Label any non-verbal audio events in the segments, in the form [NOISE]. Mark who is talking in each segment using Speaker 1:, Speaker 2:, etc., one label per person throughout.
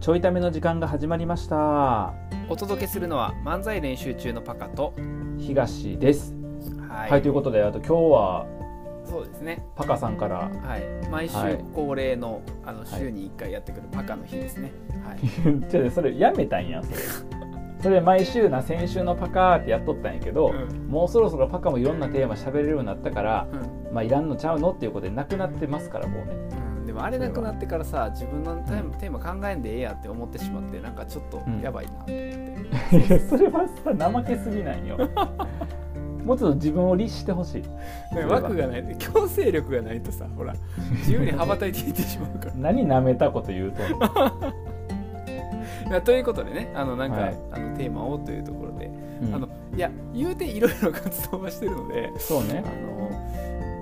Speaker 1: ちょいための時間が始まりました
Speaker 2: お届けするのは漫才練習中のパカと
Speaker 1: 東です
Speaker 2: は
Speaker 1: はい、ということであと今日は
Speaker 2: そうですね
Speaker 1: パカさんから [LAUGHS]
Speaker 2: はい毎週
Speaker 1: はい
Speaker 2: 恒例の,、あの週に1回やってくるパカの日ですねはい、
Speaker 1: 言って [LAUGHS] てそれやめたんやそれそれ毎週な先週のパカーってやっとったんやけど、
Speaker 2: うん
Speaker 1: もうそろそろパカもいろんなテーマ喋れるようになったから
Speaker 2: うん
Speaker 1: まあいらんのちゃうのっていうことでなくなってますからもう
Speaker 2: [LAUGHS]
Speaker 1: ね
Speaker 2: うんでもあれなくなってからさ自分のテーマテーマ考えんでええやって思ってしまってなんかちょっと
Speaker 1: うん
Speaker 2: やばいな、
Speaker 1: いやそれはさ怠けすぎないよもうちょっと自分を律してほしい
Speaker 2: なんか枠がない強制力がないとさほら自由に羽ばたいていってしまうから
Speaker 1: [LAUGHS] 何舐めたこと言う
Speaker 2: [LAUGHS]
Speaker 1: とんの
Speaker 2: まあということでねあのなんか、
Speaker 1: はい
Speaker 2: あのテーマをというところで、
Speaker 1: うん
Speaker 2: あのいや言うていろいろ活動はしてるので
Speaker 1: そう
Speaker 2: あ
Speaker 1: ね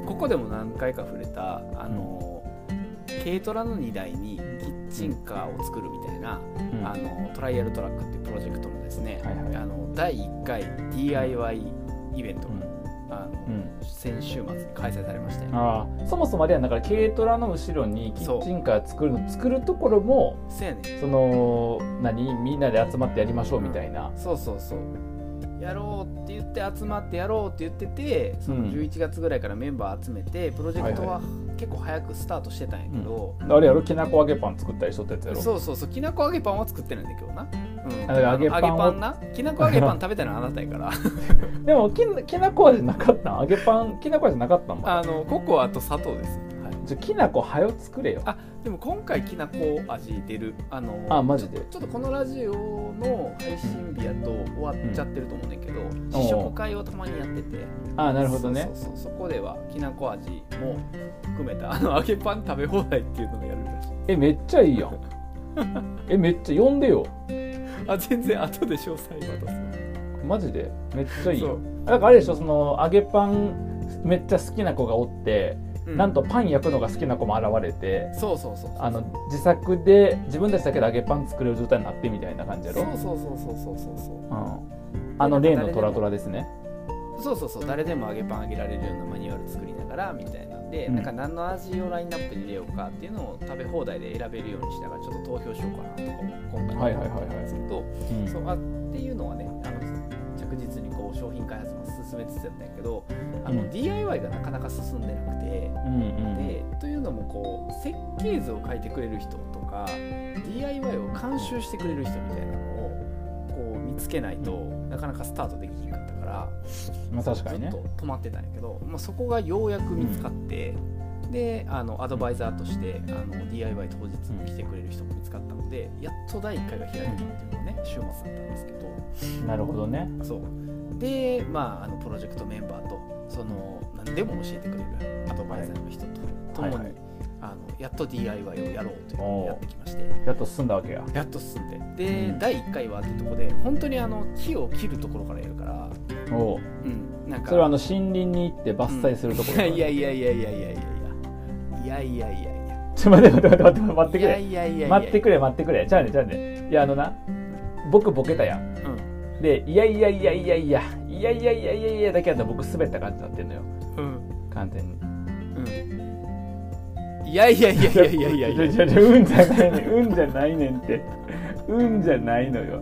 Speaker 2: のここでも何回か触れたあの、軽トラの荷台にキッチンカーを作るみたいな、
Speaker 1: うん
Speaker 2: あのトライアルトラックっていうプロジェクトのですね、
Speaker 1: はいはい
Speaker 2: あの第1回 DIY イベントが、あの
Speaker 1: うん
Speaker 2: 先週末に開催されまして
Speaker 1: ああそもそもあれやんだから軽トラの後ろにキッチンカー作るの作るところも
Speaker 2: そうやね
Speaker 1: その何みんなで集まってやりましょうみたいな、
Speaker 2: そうそうそうやろうって言って集まってやろうって言っててその
Speaker 1: うん
Speaker 2: 11月ぐらいからメンバー集めてプロジェクトは結構早くスタートしてたんやけど、
Speaker 1: あれやろきなこ揚げパン作ったりしとったやつやろ
Speaker 2: そうそうそうきなこ揚げパンは作ってないんだけどな、うん、
Speaker 1: あだから
Speaker 2: あの
Speaker 1: 揚げパンを
Speaker 2: なきなこ揚げパン食べたのはあなたやから [LAUGHS]
Speaker 1: でもきなきなこ味なかったん揚げパンきなこ味なかったんまだ
Speaker 2: あのココアと砂糖です、はい、
Speaker 1: じゃあきなこはよ作れよ
Speaker 2: あでも今回きなこ味出るあの
Speaker 1: あマジで
Speaker 2: ちょっとこのラジオの配信日やと終わっちゃってると思うんだけど、試食会をたまにやってて
Speaker 1: ああなるほどね
Speaker 2: そうそうそうそこではきなこ味も含めたあの揚げパン食べ放題っていうのをやるらしい
Speaker 1: えめっちゃいいやんえめっちゃ呼んでよ
Speaker 2: [LAUGHS] あ全然後で詳細渡
Speaker 1: マジでめっちゃい
Speaker 2: す
Speaker 1: い
Speaker 2: そう
Speaker 1: よだからあれでしょその揚げパンめっちゃ好きな子がおって、
Speaker 2: うん
Speaker 1: なんとパン焼くのが好きな子も現れて
Speaker 2: そうそうそうそう
Speaker 1: あの自作で自分たちだけで揚げパン作れる状態になってみたいな感じやろ
Speaker 2: そうそうそうそうそうそうそう
Speaker 1: うん、あの例のトラトラですね
Speaker 2: そうそうそう誰でも揚げパン揚げられるようなマニュアル作りながらみたいなんで、
Speaker 1: うん
Speaker 2: なんか何の味をラインナップに入れようかっていうのを食べ放題で選べるようにしながらちょっと投票しようかなとかも今
Speaker 1: はいはいはい
Speaker 2: 回思
Speaker 1: はい
Speaker 2: ったんですけど
Speaker 1: うん
Speaker 2: そうあっていうのはねあの着実にこう商品開発も進めつつやったんやけどあの、
Speaker 1: うん
Speaker 2: DIY がなかなか進んでなくて。
Speaker 1: うんうん
Speaker 2: でというのもこう設計図を書いてくれる人とか DIY を監修してくれる人みたいなのをこう見つけないとなかなかスタートできひんかったから、
Speaker 1: まあ確かにね
Speaker 2: ずっと止まってたんやけど、まあ、そこがようやく見つかって、であのアドバイザーとしてあの DIY 当日に来てくれる人も見つかったのでやっと第1回が開けたっていうのがね週末だったんですけど。
Speaker 1: なるほどね
Speaker 2: そうで、まあ、あのプロジェクトメンバーとその何でも教えてくれるアドバイザーの人と共に、
Speaker 1: はいはい
Speaker 2: あのやっと DIY をやろうというの
Speaker 1: お
Speaker 2: を
Speaker 1: ー
Speaker 2: やってきまして
Speaker 1: やっと進んだわけや
Speaker 2: やっと進んでで、
Speaker 1: うん
Speaker 2: 第1回はってとこで本当にあの木を切るところからやるから、
Speaker 1: おう
Speaker 2: うん、なんか
Speaker 1: それはあの森林に行って伐採するところ、
Speaker 2: いやいやいやいやいやいやいやいやいやいやいやいや
Speaker 1: ちょ待って待って待って待って
Speaker 2: い
Speaker 1: く
Speaker 2: や
Speaker 1: れ
Speaker 2: いやいやいや
Speaker 1: 待って
Speaker 2: く
Speaker 1: くれ待ってくれじゃあねじゃあねいやあのな僕ボケたやん
Speaker 2: うん
Speaker 1: でいやいやいやいやいやいやいやいやいやいやだけやったら僕滑った感じになってんのよ
Speaker 2: うん
Speaker 1: 完全に
Speaker 2: うんいやいやいやいやいやいやいや
Speaker 1: じゃじゃうんじゃないねんうんじゃないねんってうんじゃないのよ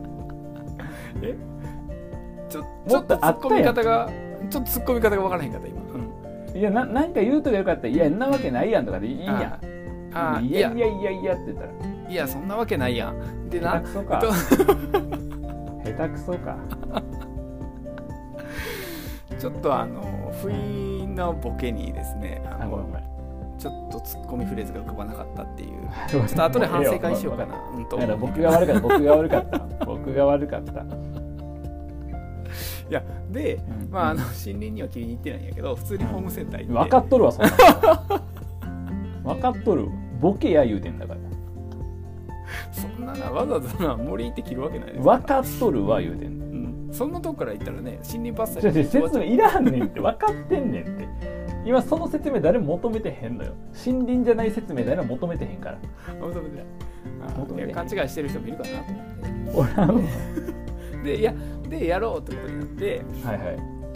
Speaker 2: ちょち
Speaker 1: も
Speaker 2: ょっ
Speaker 1: っと
Speaker 2: と
Speaker 1: あ
Speaker 2: 突っ
Speaker 1: った
Speaker 2: 込み
Speaker 1: やん
Speaker 2: 方がちょっと突っ込み方がわからへんかった今、うん
Speaker 1: いやななんか言うとかよかったら「いやんなわけないやん」とかでいいやん
Speaker 2: あー
Speaker 1: い
Speaker 2: い
Speaker 1: や
Speaker 2: や
Speaker 1: いやいやいやって言った
Speaker 2: いやそんなわけないやんで
Speaker 1: ら下
Speaker 2: な
Speaker 1: 手くそか
Speaker 2: と
Speaker 1: 下手くそか
Speaker 2: ちょっとあの不意のボケにですねあ
Speaker 1: あごめん
Speaker 2: の
Speaker 1: ごめん
Speaker 2: ちょっとツッコミフレーズが浮かばなかったっていう
Speaker 1: ちょ
Speaker 2: ちょっと後で反省会しようかなうんと
Speaker 1: だから僕が悪かった僕が悪かった僕が悪かった、
Speaker 2: いやで
Speaker 1: うん
Speaker 2: まああの森林には切りに行ってないんやけど普通にホームセンター行って
Speaker 1: 分かっとるわ
Speaker 2: [LAUGHS]
Speaker 1: そんなの分かっとるボケや言うてんだから
Speaker 2: そんななわざわざな森行って切るわけないです
Speaker 1: 分かっとるわ言うてんの
Speaker 2: うんそんなとこから行ったらね森林伐採
Speaker 1: ちょちょ
Speaker 2: 終わっ
Speaker 1: 説明いらんねんって分かってんねんって今その説明誰も求めてへんのよ森林じゃない説明誰も求めてへんから
Speaker 2: あ求めてないあ
Speaker 1: 求めてない
Speaker 2: いや勘違いしてる人もいるかなと思っ
Speaker 1: おらんわ
Speaker 2: てでいやでやろうってことになって
Speaker 1: はいは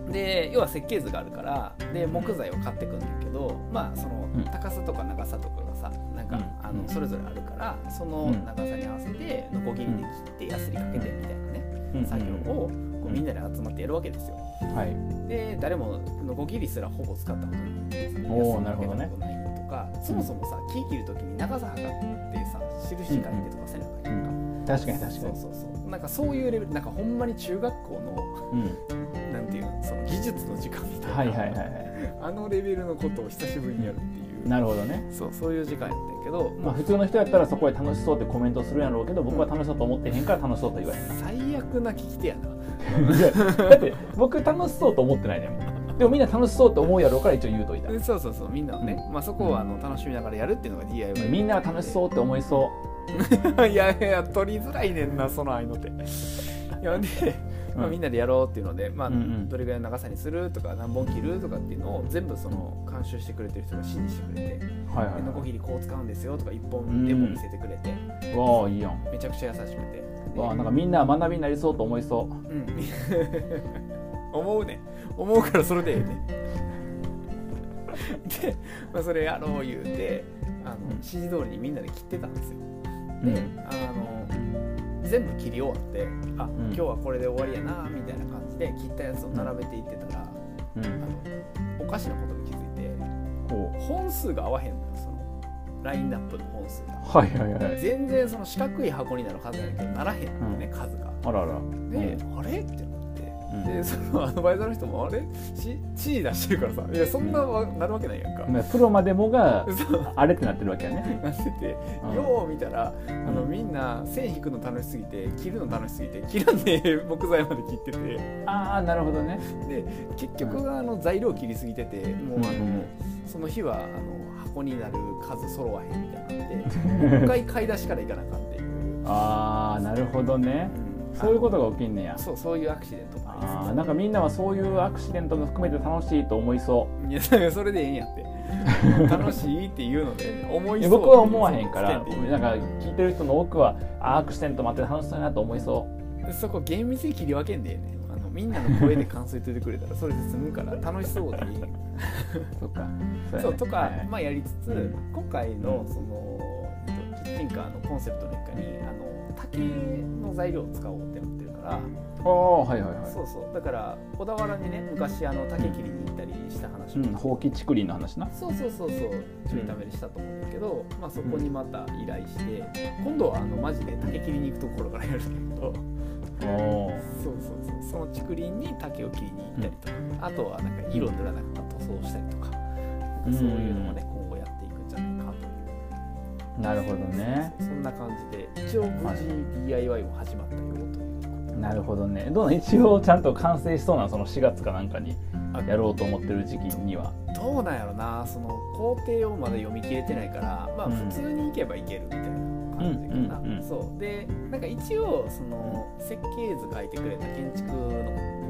Speaker 1: い
Speaker 2: で要は設計図があるからで木材を買ってくんだけどまあその
Speaker 1: うん
Speaker 2: 高さとか長さとかがさなんか、
Speaker 1: うん
Speaker 2: あの、
Speaker 1: うん
Speaker 2: それぞれあるからその
Speaker 1: うん
Speaker 2: 長さに合わせてノコギリで切ってヤスリかけてみたいなね、
Speaker 1: うん
Speaker 2: 作業をこ
Speaker 1: う
Speaker 2: うんみんなで集まってやるわけですよ。
Speaker 1: はい
Speaker 2: で誰もノコギリすらほぼ使ったことないんですね
Speaker 1: おー
Speaker 2: ヤスリ
Speaker 1: なるほどね
Speaker 2: かけたことないとかそもそもさ木切る時に長さ測ってさ印書いてとか背中にとか、
Speaker 1: 確かに確かに
Speaker 2: そうそうそうなんかそういうレベルなんかほんまに中学校の [LAUGHS]
Speaker 1: うん
Speaker 2: なんていうのその技術の時間みたいな、
Speaker 1: はいはいはいは
Speaker 2: あのレベルのことを久しぶりにやるっていう、
Speaker 1: いなるほどね
Speaker 2: そうそういう時間やったんやけど、
Speaker 1: まあ
Speaker 2: まあ、
Speaker 1: 普通の人やったらそこで楽しそうってコメントするやろうけど僕は楽しそうと思ってへんから楽しそうと言わへん
Speaker 2: 最悪な聞き手やな、
Speaker 1: いや [LAUGHS] だって僕楽しそうと思ってないねんもんでもみんな楽しそうと思うやろうから一応言うといた
Speaker 2: でそうそうそうみんなはね、まあ、そこをあの楽しみながらやるっていうのが DIY
Speaker 1: みんな楽しそうって思いそう
Speaker 2: [LAUGHS] いやいや取りづらいねんなその愛の手いやで、
Speaker 1: う、
Speaker 2: まあ、みんなでやろうっていうので、まあ
Speaker 1: うんうん
Speaker 2: どれぐらいの長さにするとか何本切るとかっていうのを全部その監修してくれてる人が指示してくれて
Speaker 1: はいはい
Speaker 2: ノコ
Speaker 1: は
Speaker 2: ギリこう使うんですよとか1本でも見せてくれて、
Speaker 1: いわあいいやん
Speaker 2: めちゃくちゃ優しくて、
Speaker 1: わあなんかみんな学びになりそうと思いそう
Speaker 2: うん [LAUGHS] 思うね思うからそれでええね [LAUGHS] で、まあ、それやろう言うてあの
Speaker 1: うん
Speaker 2: 指示通りにみんなで切ってたんですよ
Speaker 1: う
Speaker 2: で、
Speaker 1: ん
Speaker 2: あの全部切り終わってあ、
Speaker 1: ん
Speaker 2: 今日はこれで終わりやなみたいな感じで切ったやつを並べていってたら、
Speaker 1: う
Speaker 2: あ
Speaker 1: ん
Speaker 2: のおかしなことに気づいて
Speaker 1: こ
Speaker 2: 本数が合わへんのよそのラインナップの本数が
Speaker 1: うはいはいはい
Speaker 2: 全然その四角い箱になるはずやねんけどならへんのよね、数が。
Speaker 1: あらあら
Speaker 2: で、あれってなって、
Speaker 1: うん
Speaker 2: でそのアドバイザーの人もあれし地位出してるからさいやそんなわなるわけないやんか、
Speaker 1: ねプロまでもが
Speaker 2: そう
Speaker 1: あれってなってるわけやね
Speaker 2: なってて、
Speaker 1: うん
Speaker 2: よう見たらあの
Speaker 1: うん
Speaker 2: みんな線引くの楽しすぎて切るの楽しすぎて切らねえ木材まで切ってて
Speaker 1: ああなるほどね
Speaker 2: 結局あの材料切りすぎててもうあの、
Speaker 1: うん
Speaker 2: その日はあの箱になる数揃わへんみたいになってもう一回買い出しからいかなあかんっていう、
Speaker 1: ああなるほどねそういうことが起きんねや
Speaker 2: あのそうそういうアクシデントがあり
Speaker 1: あーなんかみんなはそういうアクシデントも含めて楽しいと思いそ
Speaker 2: いやそれでええんやって楽しいっていうので思
Speaker 1: う
Speaker 2: い
Speaker 1: い
Speaker 2: そ
Speaker 1: や
Speaker 2: う
Speaker 1: 僕は思わへんから
Speaker 2: っていう
Speaker 1: なんか聞いてる人の多くはあーアクシデントもあって楽しそうやなと思いそ
Speaker 2: そこ厳密に切り分けんでええねんあのみんなの声で感想言っててくれたらそれで済むから楽しそうでいい
Speaker 1: うそっかそ
Speaker 2: そうとか、
Speaker 1: はい
Speaker 2: まあやりつつ、
Speaker 1: うん
Speaker 2: 今回のその、えっとキッチンカーのコンセプトの一環にあの竹の材料を使おうってなってるから、
Speaker 1: ああはいはいはい
Speaker 2: そうそうだから小田原にね昔あの竹切りに行ったりした話
Speaker 1: う
Speaker 2: も、
Speaker 1: んほうき竹林の話な
Speaker 2: そうそうそうそうちょいためでしたと思うんだけど、まあ、そこにまた依頼して、今度はあのマジで竹切りに行くところからやるんだけど
Speaker 1: おお
Speaker 2: そうそうそうその竹林に竹を切りに行ったりとか、あとはなんか色塗らなかった塗装したりとかなんかそういうのもね、今後やっていくんじゃないかという
Speaker 1: なるほどね
Speaker 2: そうそんな感じで一応無事 DIY も始まったよという、
Speaker 1: なるほどねどうなん一応ちゃんと完成しそうなんその4月かなんかに
Speaker 2: あ
Speaker 1: やろうと思ってる時期には
Speaker 2: どうなんやろなその工程をまだ読み切れてないからまあ
Speaker 1: うん
Speaker 2: 普通に行けば行けるみたいな感じかな、
Speaker 1: うんうんうん
Speaker 2: そうでなんか一応その設計図書いてくれた建築の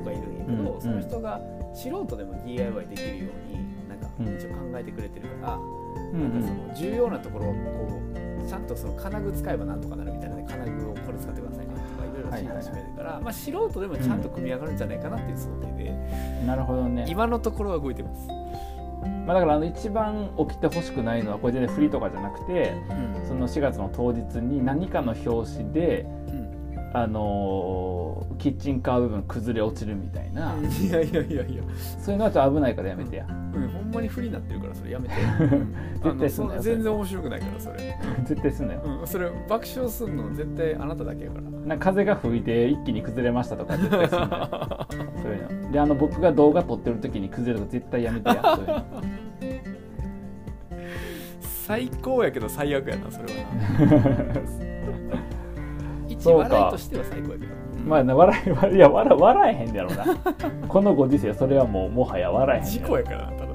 Speaker 2: 子がいるんやけど、
Speaker 1: うん
Speaker 2: その人が素人でも DIY できるようになんか
Speaker 1: うん
Speaker 2: 一応考えてくれてるから、
Speaker 1: うん
Speaker 2: なんかその重要なところをこうちゃんとその金具使えばなんとかなるみたいなね金具をこれ使ってくださいねとかいろいろ指示してくれてるから、まあ、素人でもちゃんと組み上がるんじゃないかなっていう想定で、
Speaker 1: なるほどね、
Speaker 2: 今のところは動いてます。
Speaker 1: まあ、だからあの一番起きてほしくないのはこれ全然フリとかじゃなくてその4月の当日に何かの表紙で、
Speaker 2: うん
Speaker 1: あのーキッチンカー部分崩れ落ちるみたいな、
Speaker 2: [LAUGHS] いやいやいやいや、
Speaker 1: そういうのはちょっと危ないからやめてや、
Speaker 2: うん、ほんまに不利になってるからそれ [LAUGHS] やめて
Speaker 1: 対
Speaker 2: あの
Speaker 1: すんなよ
Speaker 2: そん全然面白くないからそれ、
Speaker 1: 絶対すんなよ
Speaker 2: うん、それ爆笑すんの絶対あなただけやから
Speaker 1: なんか風が吹いて一気に崩れましたとか絶対すんなよそういうのであの僕が動画撮ってる時に崩れるとか絶対やめてやそういうの
Speaker 2: 最高やけど最悪やなそれはな [LAUGHS] 一
Speaker 1: そうか
Speaker 2: 笑いとしては最高やけど
Speaker 1: まあな笑い笑いいや笑笑えへんやろうなこのご時世それはもうもはや笑えへん
Speaker 2: 事
Speaker 1: や
Speaker 2: 故
Speaker 1: ろ
Speaker 2: やからなただ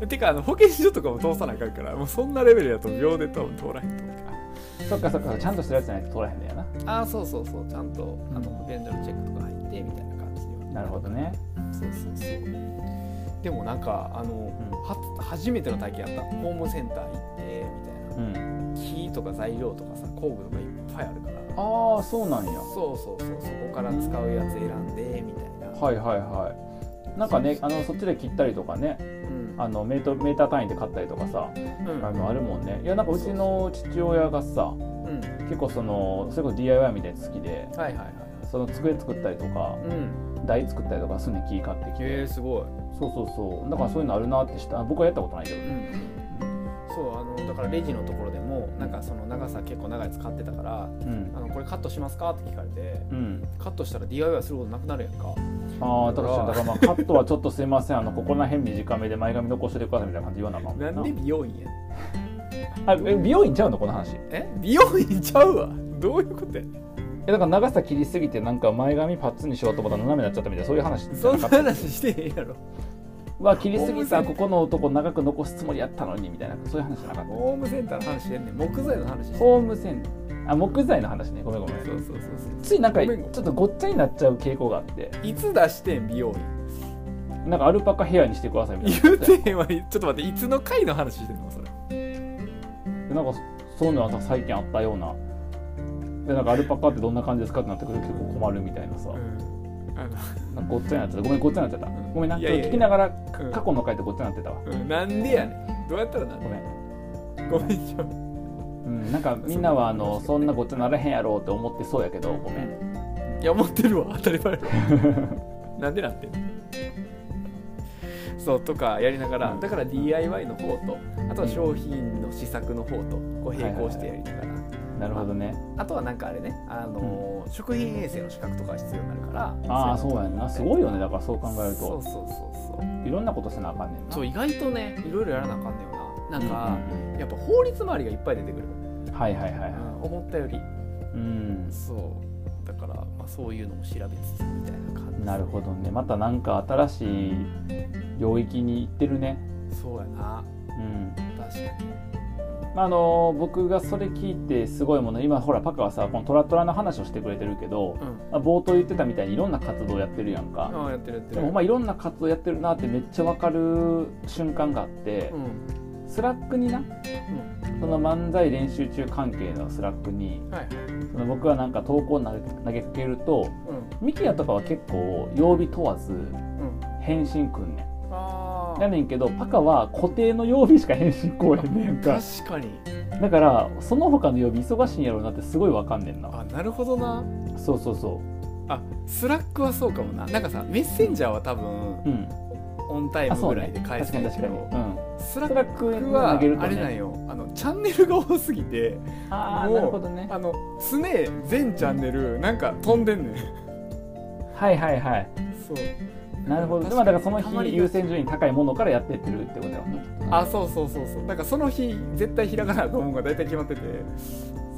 Speaker 1: な
Speaker 2: てかあの保健所とかも通さなあかんからもうそんなレベルやと秒で多分通らへんと思う
Speaker 1: そっかそっかちゃんとしたやつじゃないと通らへんだよな
Speaker 2: ああそうそうそうちゃんとあの保健所のチェックとか入ってみたいな感じでは
Speaker 1: なるほどね
Speaker 2: そうそうそうでもなんかあの、
Speaker 1: ん
Speaker 2: は初めての体験やったホームセンター行ってみたいな
Speaker 1: うん
Speaker 2: 木とか材料とかさ工具とかいっぱいあるから
Speaker 1: ああそうなんや
Speaker 2: そうそうそうそこから使うやつ選んでみたいな、
Speaker 1: はいはいはいなんかねあのそっちで切ったりとかね
Speaker 2: うん
Speaker 1: あのメートメーター単位で買ったりとかさ、
Speaker 2: うん
Speaker 1: あのあるもんねいやなんかうちの父親がさ
Speaker 2: うん
Speaker 1: 結構そのそれこそ DIY みたいなの好きで
Speaker 2: はいはいはい
Speaker 1: その机作ったりとか
Speaker 2: うん
Speaker 1: 台作ったりとかすんで木買ってき
Speaker 2: へ
Speaker 1: て
Speaker 2: えすごい、
Speaker 1: そうそうそうだからそういうのあるなってした僕はやったことないけど
Speaker 2: そうあのだからレジのところでもなんかその長さ結構長い使ってたから
Speaker 1: うん
Speaker 2: あのこれカットしますかって聞かれて
Speaker 1: うん
Speaker 2: カットしたら DIY することなくなるやんか
Speaker 1: ああ確かにだからまあカットはちょっとすいませんあのここら辺短めで前髪残しててくださいみたいな感じ言わなあかんも
Speaker 2: なんで美容院や
Speaker 1: あえ美容院ちゃうのこの話
Speaker 2: え美容院ちゃうわどういうことや
Speaker 1: えだから長さ切りすぎてなんか前髪パッツンにしようと思ったら斜めになっちゃったみたいなそういう話じゃ
Speaker 2: そ
Speaker 1: なんか
Speaker 2: な
Speaker 1: った
Speaker 2: 話してへんやろ
Speaker 1: は切りすぎた
Speaker 2: 大物
Speaker 1: ここの男長く残すつもりやったのにみたいなそういう話じゃなかった
Speaker 2: ホームセンターの話してんねん木材の話してんねん
Speaker 1: ホームセンターあ木材の話ねごめんごめん
Speaker 2: そうそうそうそ
Speaker 1: ついなんか
Speaker 2: ご
Speaker 1: ち
Speaker 2: めんごめ
Speaker 1: ょ
Speaker 2: ん
Speaker 1: っとごっちゃになっちゃう傾向があって
Speaker 2: ういつ出してん美容院
Speaker 1: なんかアルパカヘアにしてくださいみたいな
Speaker 2: 言うてへんわちょっと待っていつの回の話してんのそれ
Speaker 1: でなんかそういうのは最近あったようなでなんかアルパカってどんな感じですかってなってくると結構困るみたいなさ
Speaker 2: うんあ
Speaker 1: な
Speaker 2: の
Speaker 1: んかごっちゃになっちゃったごめんごっちゃになっちゃったごめんな
Speaker 2: うん
Speaker 1: ち
Speaker 2: い
Speaker 1: ょっと
Speaker 2: やいやいや
Speaker 1: 聞きながら
Speaker 2: うん
Speaker 1: 過去の回ってごっちゃになってたわ
Speaker 2: うんなんでやねんどうやったらなん
Speaker 1: ごめん
Speaker 2: ごめんちょ
Speaker 1: うん、なんかみんなはあのそんなごっちゃならへんやろうって思ってそうやけどごめん
Speaker 2: いや思ってるわ当たり前 [LAUGHS] なんでなんてんのそうとかやりながら、
Speaker 1: うん
Speaker 2: だから DIY の方とあとは商品の試作の方とこう並行してやりながら、
Speaker 1: なるほどね
Speaker 2: あとはなんかあれねあのー、食品衛生の資格とか必要になるから
Speaker 1: ああ
Speaker 2: い
Speaker 1: そう
Speaker 2: の
Speaker 1: や
Speaker 2: と
Speaker 1: んなすごいよねだからそう考える
Speaker 2: そう
Speaker 1: と
Speaker 2: そうそうそう
Speaker 1: いろんなことせなあかんねんな
Speaker 2: そう意外とねいろいろやらなあかんねよななんか、
Speaker 1: うん
Speaker 2: やっぱ法律周りがいっぱい出てくる、
Speaker 1: うんはいはいはいはい
Speaker 2: 思ったより
Speaker 1: うん
Speaker 2: そうだから、まあ、そういうのも調べつつみたいな感じ
Speaker 1: なるほどねまたなんか新しい領域に行ってるね
Speaker 2: そうやな
Speaker 1: うん
Speaker 2: 確かに
Speaker 1: まああの僕がそれ聞いてすごいもの今ほらパカはさこのトラトラの話をしてくれてるけど、
Speaker 2: うん
Speaker 1: まあ冒頭言ってたみたいにいろんな活動やってるやんか、
Speaker 2: ああやってるやって
Speaker 1: で
Speaker 2: る
Speaker 1: もまあいろんな活動やってるなってめっちゃわかる瞬間があって、
Speaker 2: うん
Speaker 1: スラックになその漫才練習中関係のスラックに
Speaker 2: うんはい
Speaker 1: その僕はなんか投稿を投げ投げかけると
Speaker 2: う
Speaker 1: ミキヤとかは結構曜日問わず
Speaker 2: んうん
Speaker 1: 返信くんねん
Speaker 2: ああ
Speaker 1: やねんけどパカは固定の曜日しか返信来へんねんか
Speaker 2: 確かに
Speaker 1: だからその他の曜日忙しいんやろうなってすごいわかんねんな
Speaker 2: あなるほどな
Speaker 1: そうそうそ
Speaker 2: あスラックはそうかもななんかさメッセンジャーは多分
Speaker 1: ううん
Speaker 2: オンタイ
Speaker 1: あ
Speaker 2: ム
Speaker 1: そう
Speaker 2: ぐらい
Speaker 1: ね
Speaker 2: で返
Speaker 1: 確
Speaker 2: す
Speaker 1: か
Speaker 2: ん
Speaker 1: に
Speaker 2: だけ
Speaker 1: 確かに
Speaker 2: ど
Speaker 1: うん
Speaker 2: スラ
Speaker 1: ス
Speaker 2: ッ
Speaker 1: ラック
Speaker 2: ク
Speaker 1: は
Speaker 2: は
Speaker 1: 投げる
Speaker 2: あ
Speaker 1: と
Speaker 2: れなん
Speaker 1: ね
Speaker 2: よあのチャンネルが多すぎて
Speaker 1: ああ
Speaker 2: もう
Speaker 1: なるほどね
Speaker 2: あの常全チャンネルなんか飛んでんねん
Speaker 1: はいはいはい
Speaker 2: そう
Speaker 1: なるほど
Speaker 2: 確かに
Speaker 1: でまあだからその
Speaker 2: たまに
Speaker 1: 日優先順位高いものからやってってるってことやもんねきっとね
Speaker 2: あそうそうそうそうなんかその日絶対開かないと思うが大体決まってて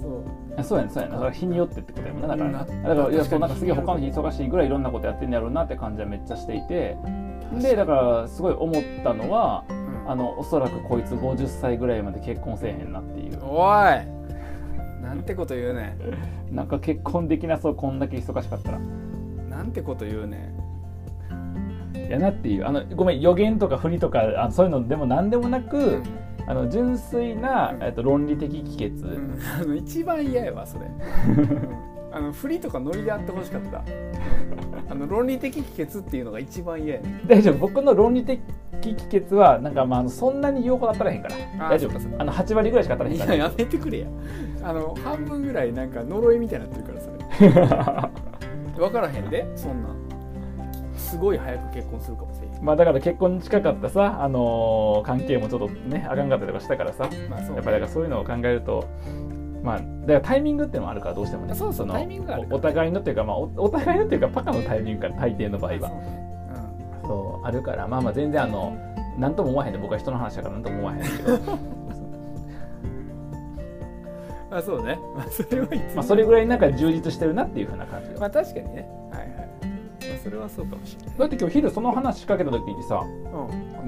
Speaker 2: そう
Speaker 1: あそうやねそうやねだから日によってってことやもんねだからね
Speaker 2: な
Speaker 1: だからいや
Speaker 2: 確かに
Speaker 1: そうなんかすげえ他の日忙しいぐらいいろんなことやってんやろうなって感じはめっちゃしていてで
Speaker 2: で
Speaker 1: だからすごい思ったのは
Speaker 2: うん
Speaker 1: あのおそらくこいつ50歳ぐらいまで結婚せえへんなっていう
Speaker 2: おいなんてこと言うね
Speaker 1: なんか結婚できなそうこんだけ忙しかったら
Speaker 2: んなんてこと言うねん
Speaker 1: いやなっていうあのごめん予言とか振りとかあそういうのでも何でもなく、あの純粋な、
Speaker 2: うん
Speaker 1: えっと、論理的帰結、
Speaker 2: うんあの一番嫌やわ
Speaker 1: [LAUGHS]
Speaker 2: それうんあの振りとかノリであってほしかったあの論理的帰結っていうのが一番嫌やねん
Speaker 1: 大丈夫僕の論理的帰結はなんか、まああの、そんなに言うほど当たらへんから
Speaker 2: あ
Speaker 1: 大丈
Speaker 2: そうかそう
Speaker 1: 夫
Speaker 2: か
Speaker 1: あの8割ぐらいしか当たらへん
Speaker 2: い
Speaker 1: か
Speaker 2: や
Speaker 1: ら
Speaker 2: やめてくれやあの半分ぐらいなんか呪いみたいになってるからそ
Speaker 1: [LAUGHS]
Speaker 2: れわからへんでそんなんすごい早く結婚するかもしれん
Speaker 1: まあだから結婚に近かったさ、あのー関係もちょっとねあかんかったりとかしたからさやっ
Speaker 2: まあそう
Speaker 1: ぱりだからそういうのを考えるとまあだからタイミングっていうのもあるからどうしてもね
Speaker 2: そうそう
Speaker 1: の
Speaker 2: タイミングがあるから
Speaker 1: おお互いのっていうか、まあ、おお互いのっていうかパカのタイミングから大抵の場合
Speaker 2: あ
Speaker 1: は
Speaker 2: そうねうん
Speaker 1: そうあるからまあまあ全然あの何とも思わへんで僕は人の話だから何とも思わへんけど
Speaker 2: まあそうね、まあ、それはいつも
Speaker 1: まあそれぐらいなんか充実してるなっていうふうな感じが
Speaker 2: まあ確かにねはいはい、まあ、それはそうかもしれない
Speaker 1: だって今日昼その話しかけた時にさ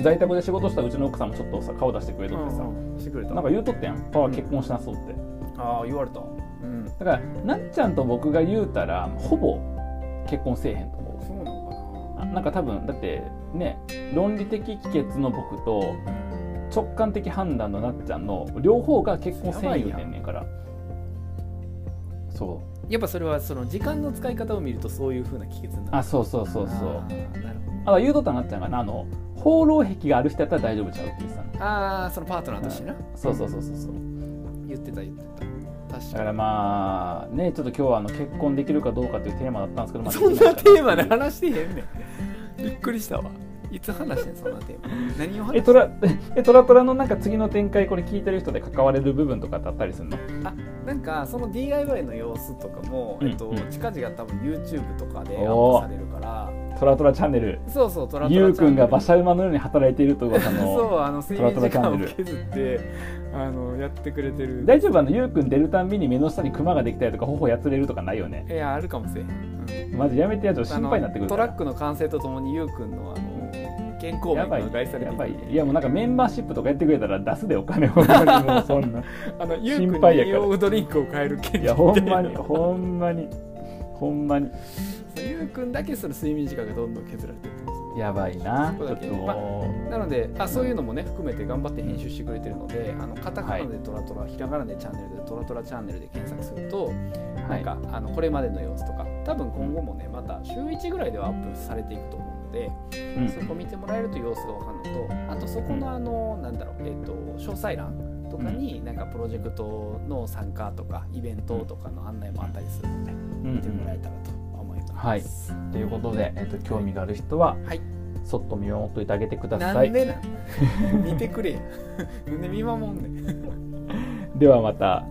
Speaker 1: 在宅で仕事したうちの奥さんもちょっとさ顔出してくれとってさ、
Speaker 2: うん、してくれた
Speaker 1: なんか言うとったやんパワー結婚しなそうって、
Speaker 2: ああ言われたうん
Speaker 1: だからなっちゃんと僕が言うたらほぼ結婚せえへんと思う
Speaker 2: そうなの
Speaker 1: あなんか多分だってね論理的帰結の僕と直感的判断のなっちゃんの両方が結婚せえへん言うてんねんからそ
Speaker 2: やっぱそれはその時間の使い方を見るとそういうふうな帰結になる
Speaker 1: あそうそうそうそう
Speaker 2: あーなるほ
Speaker 1: あとは誘導弾になっちゃうかなあの放浪癖がある人やったら大丈夫ちゃうって言ってたの
Speaker 2: どああそのパートナーとしてな
Speaker 1: そうそうそうそうそう
Speaker 2: 言ってた言ってた確
Speaker 1: だ
Speaker 2: か
Speaker 1: か
Speaker 2: に
Speaker 1: らまあねちょっと今日はあの結婚できるかどうかというテーマだったんですけど、まあ、
Speaker 2: そんなテーマ
Speaker 1: で
Speaker 2: で
Speaker 1: きいか
Speaker 2: 話してへんねん [LAUGHS] びっくりしたわいつ話してんそんなテ
Speaker 1: [LAUGHS]
Speaker 2: ーマ何を
Speaker 1: なえ
Speaker 2: 話
Speaker 1: トラえトラトラのなんか次の展開これ聞いてる人で関われる部分とかってあったりするの
Speaker 2: なんかその DIY の様子とかも、
Speaker 1: うん
Speaker 2: えっと
Speaker 1: うん
Speaker 2: 近々多分 YouTube とかでア
Speaker 1: おー
Speaker 2: ップされるから
Speaker 1: トラトラチャンネル
Speaker 2: そうそうトラトラ
Speaker 1: ゆうくんが馬
Speaker 2: 場所
Speaker 1: 車馬のように働いているという噂
Speaker 2: [LAUGHS] そ
Speaker 1: の
Speaker 2: うあの睡
Speaker 1: トラ
Speaker 2: 眠
Speaker 1: トラ
Speaker 2: 時
Speaker 1: チャ
Speaker 2: 間
Speaker 1: ン
Speaker 2: を
Speaker 1: ネル
Speaker 2: 削ってあのやってくれてる
Speaker 1: 大丈夫あのゆうくん出るたんびに目の下にクマができたりとか頬やつれるとかないよね
Speaker 2: いやあるかもしれへん、うん
Speaker 1: マジやめてやちょっと心配になってくる
Speaker 2: ト
Speaker 1: から
Speaker 2: ラックの完成とともにゆうくんのあの健康
Speaker 1: やば
Speaker 2: 面
Speaker 1: い
Speaker 2: が害されて
Speaker 1: やばい
Speaker 2: いて
Speaker 1: いやもうなんかメンバーシップとかやってくれたら出すでお金をもうそんな
Speaker 2: あのゆうくん
Speaker 1: 心配や
Speaker 2: に
Speaker 1: から
Speaker 2: ヨーグルトドリンクを買える権利
Speaker 1: いやほんまにほんまにほんまに
Speaker 2: ゆうくんだけその睡眠時間がどんどん削られていってます
Speaker 1: やばいな
Speaker 2: そこだけ
Speaker 1: ちょっともう
Speaker 2: なのであそういうのもね含めて頑張って編集してくれてるのであのカタカナでトラトラ、ひらがなでチャンネルでトラトラチャンネルで検索すると、
Speaker 1: はい
Speaker 2: なんかあのこれまでの様子とか多分今後もねまた週1ぐらいではアップされていくと思うので、
Speaker 1: うん
Speaker 2: そこ見てもらえると様子がわかるのとあとそこのあの、なんだろう、えっと詳細欄とかになんかプロジェクトの参加とかイベントとかの案内もあったりするので
Speaker 1: うん
Speaker 2: 見てもらえたらと思い [LAUGHS] ます。
Speaker 1: うんということで、えっと興味がある人は
Speaker 2: はい
Speaker 1: そっと見守っといてあげてくだ
Speaker 2: な
Speaker 1: さ
Speaker 2: ん
Speaker 1: い
Speaker 2: で [LAUGHS] なん見てくれやなんで見守んねん
Speaker 1: ではまた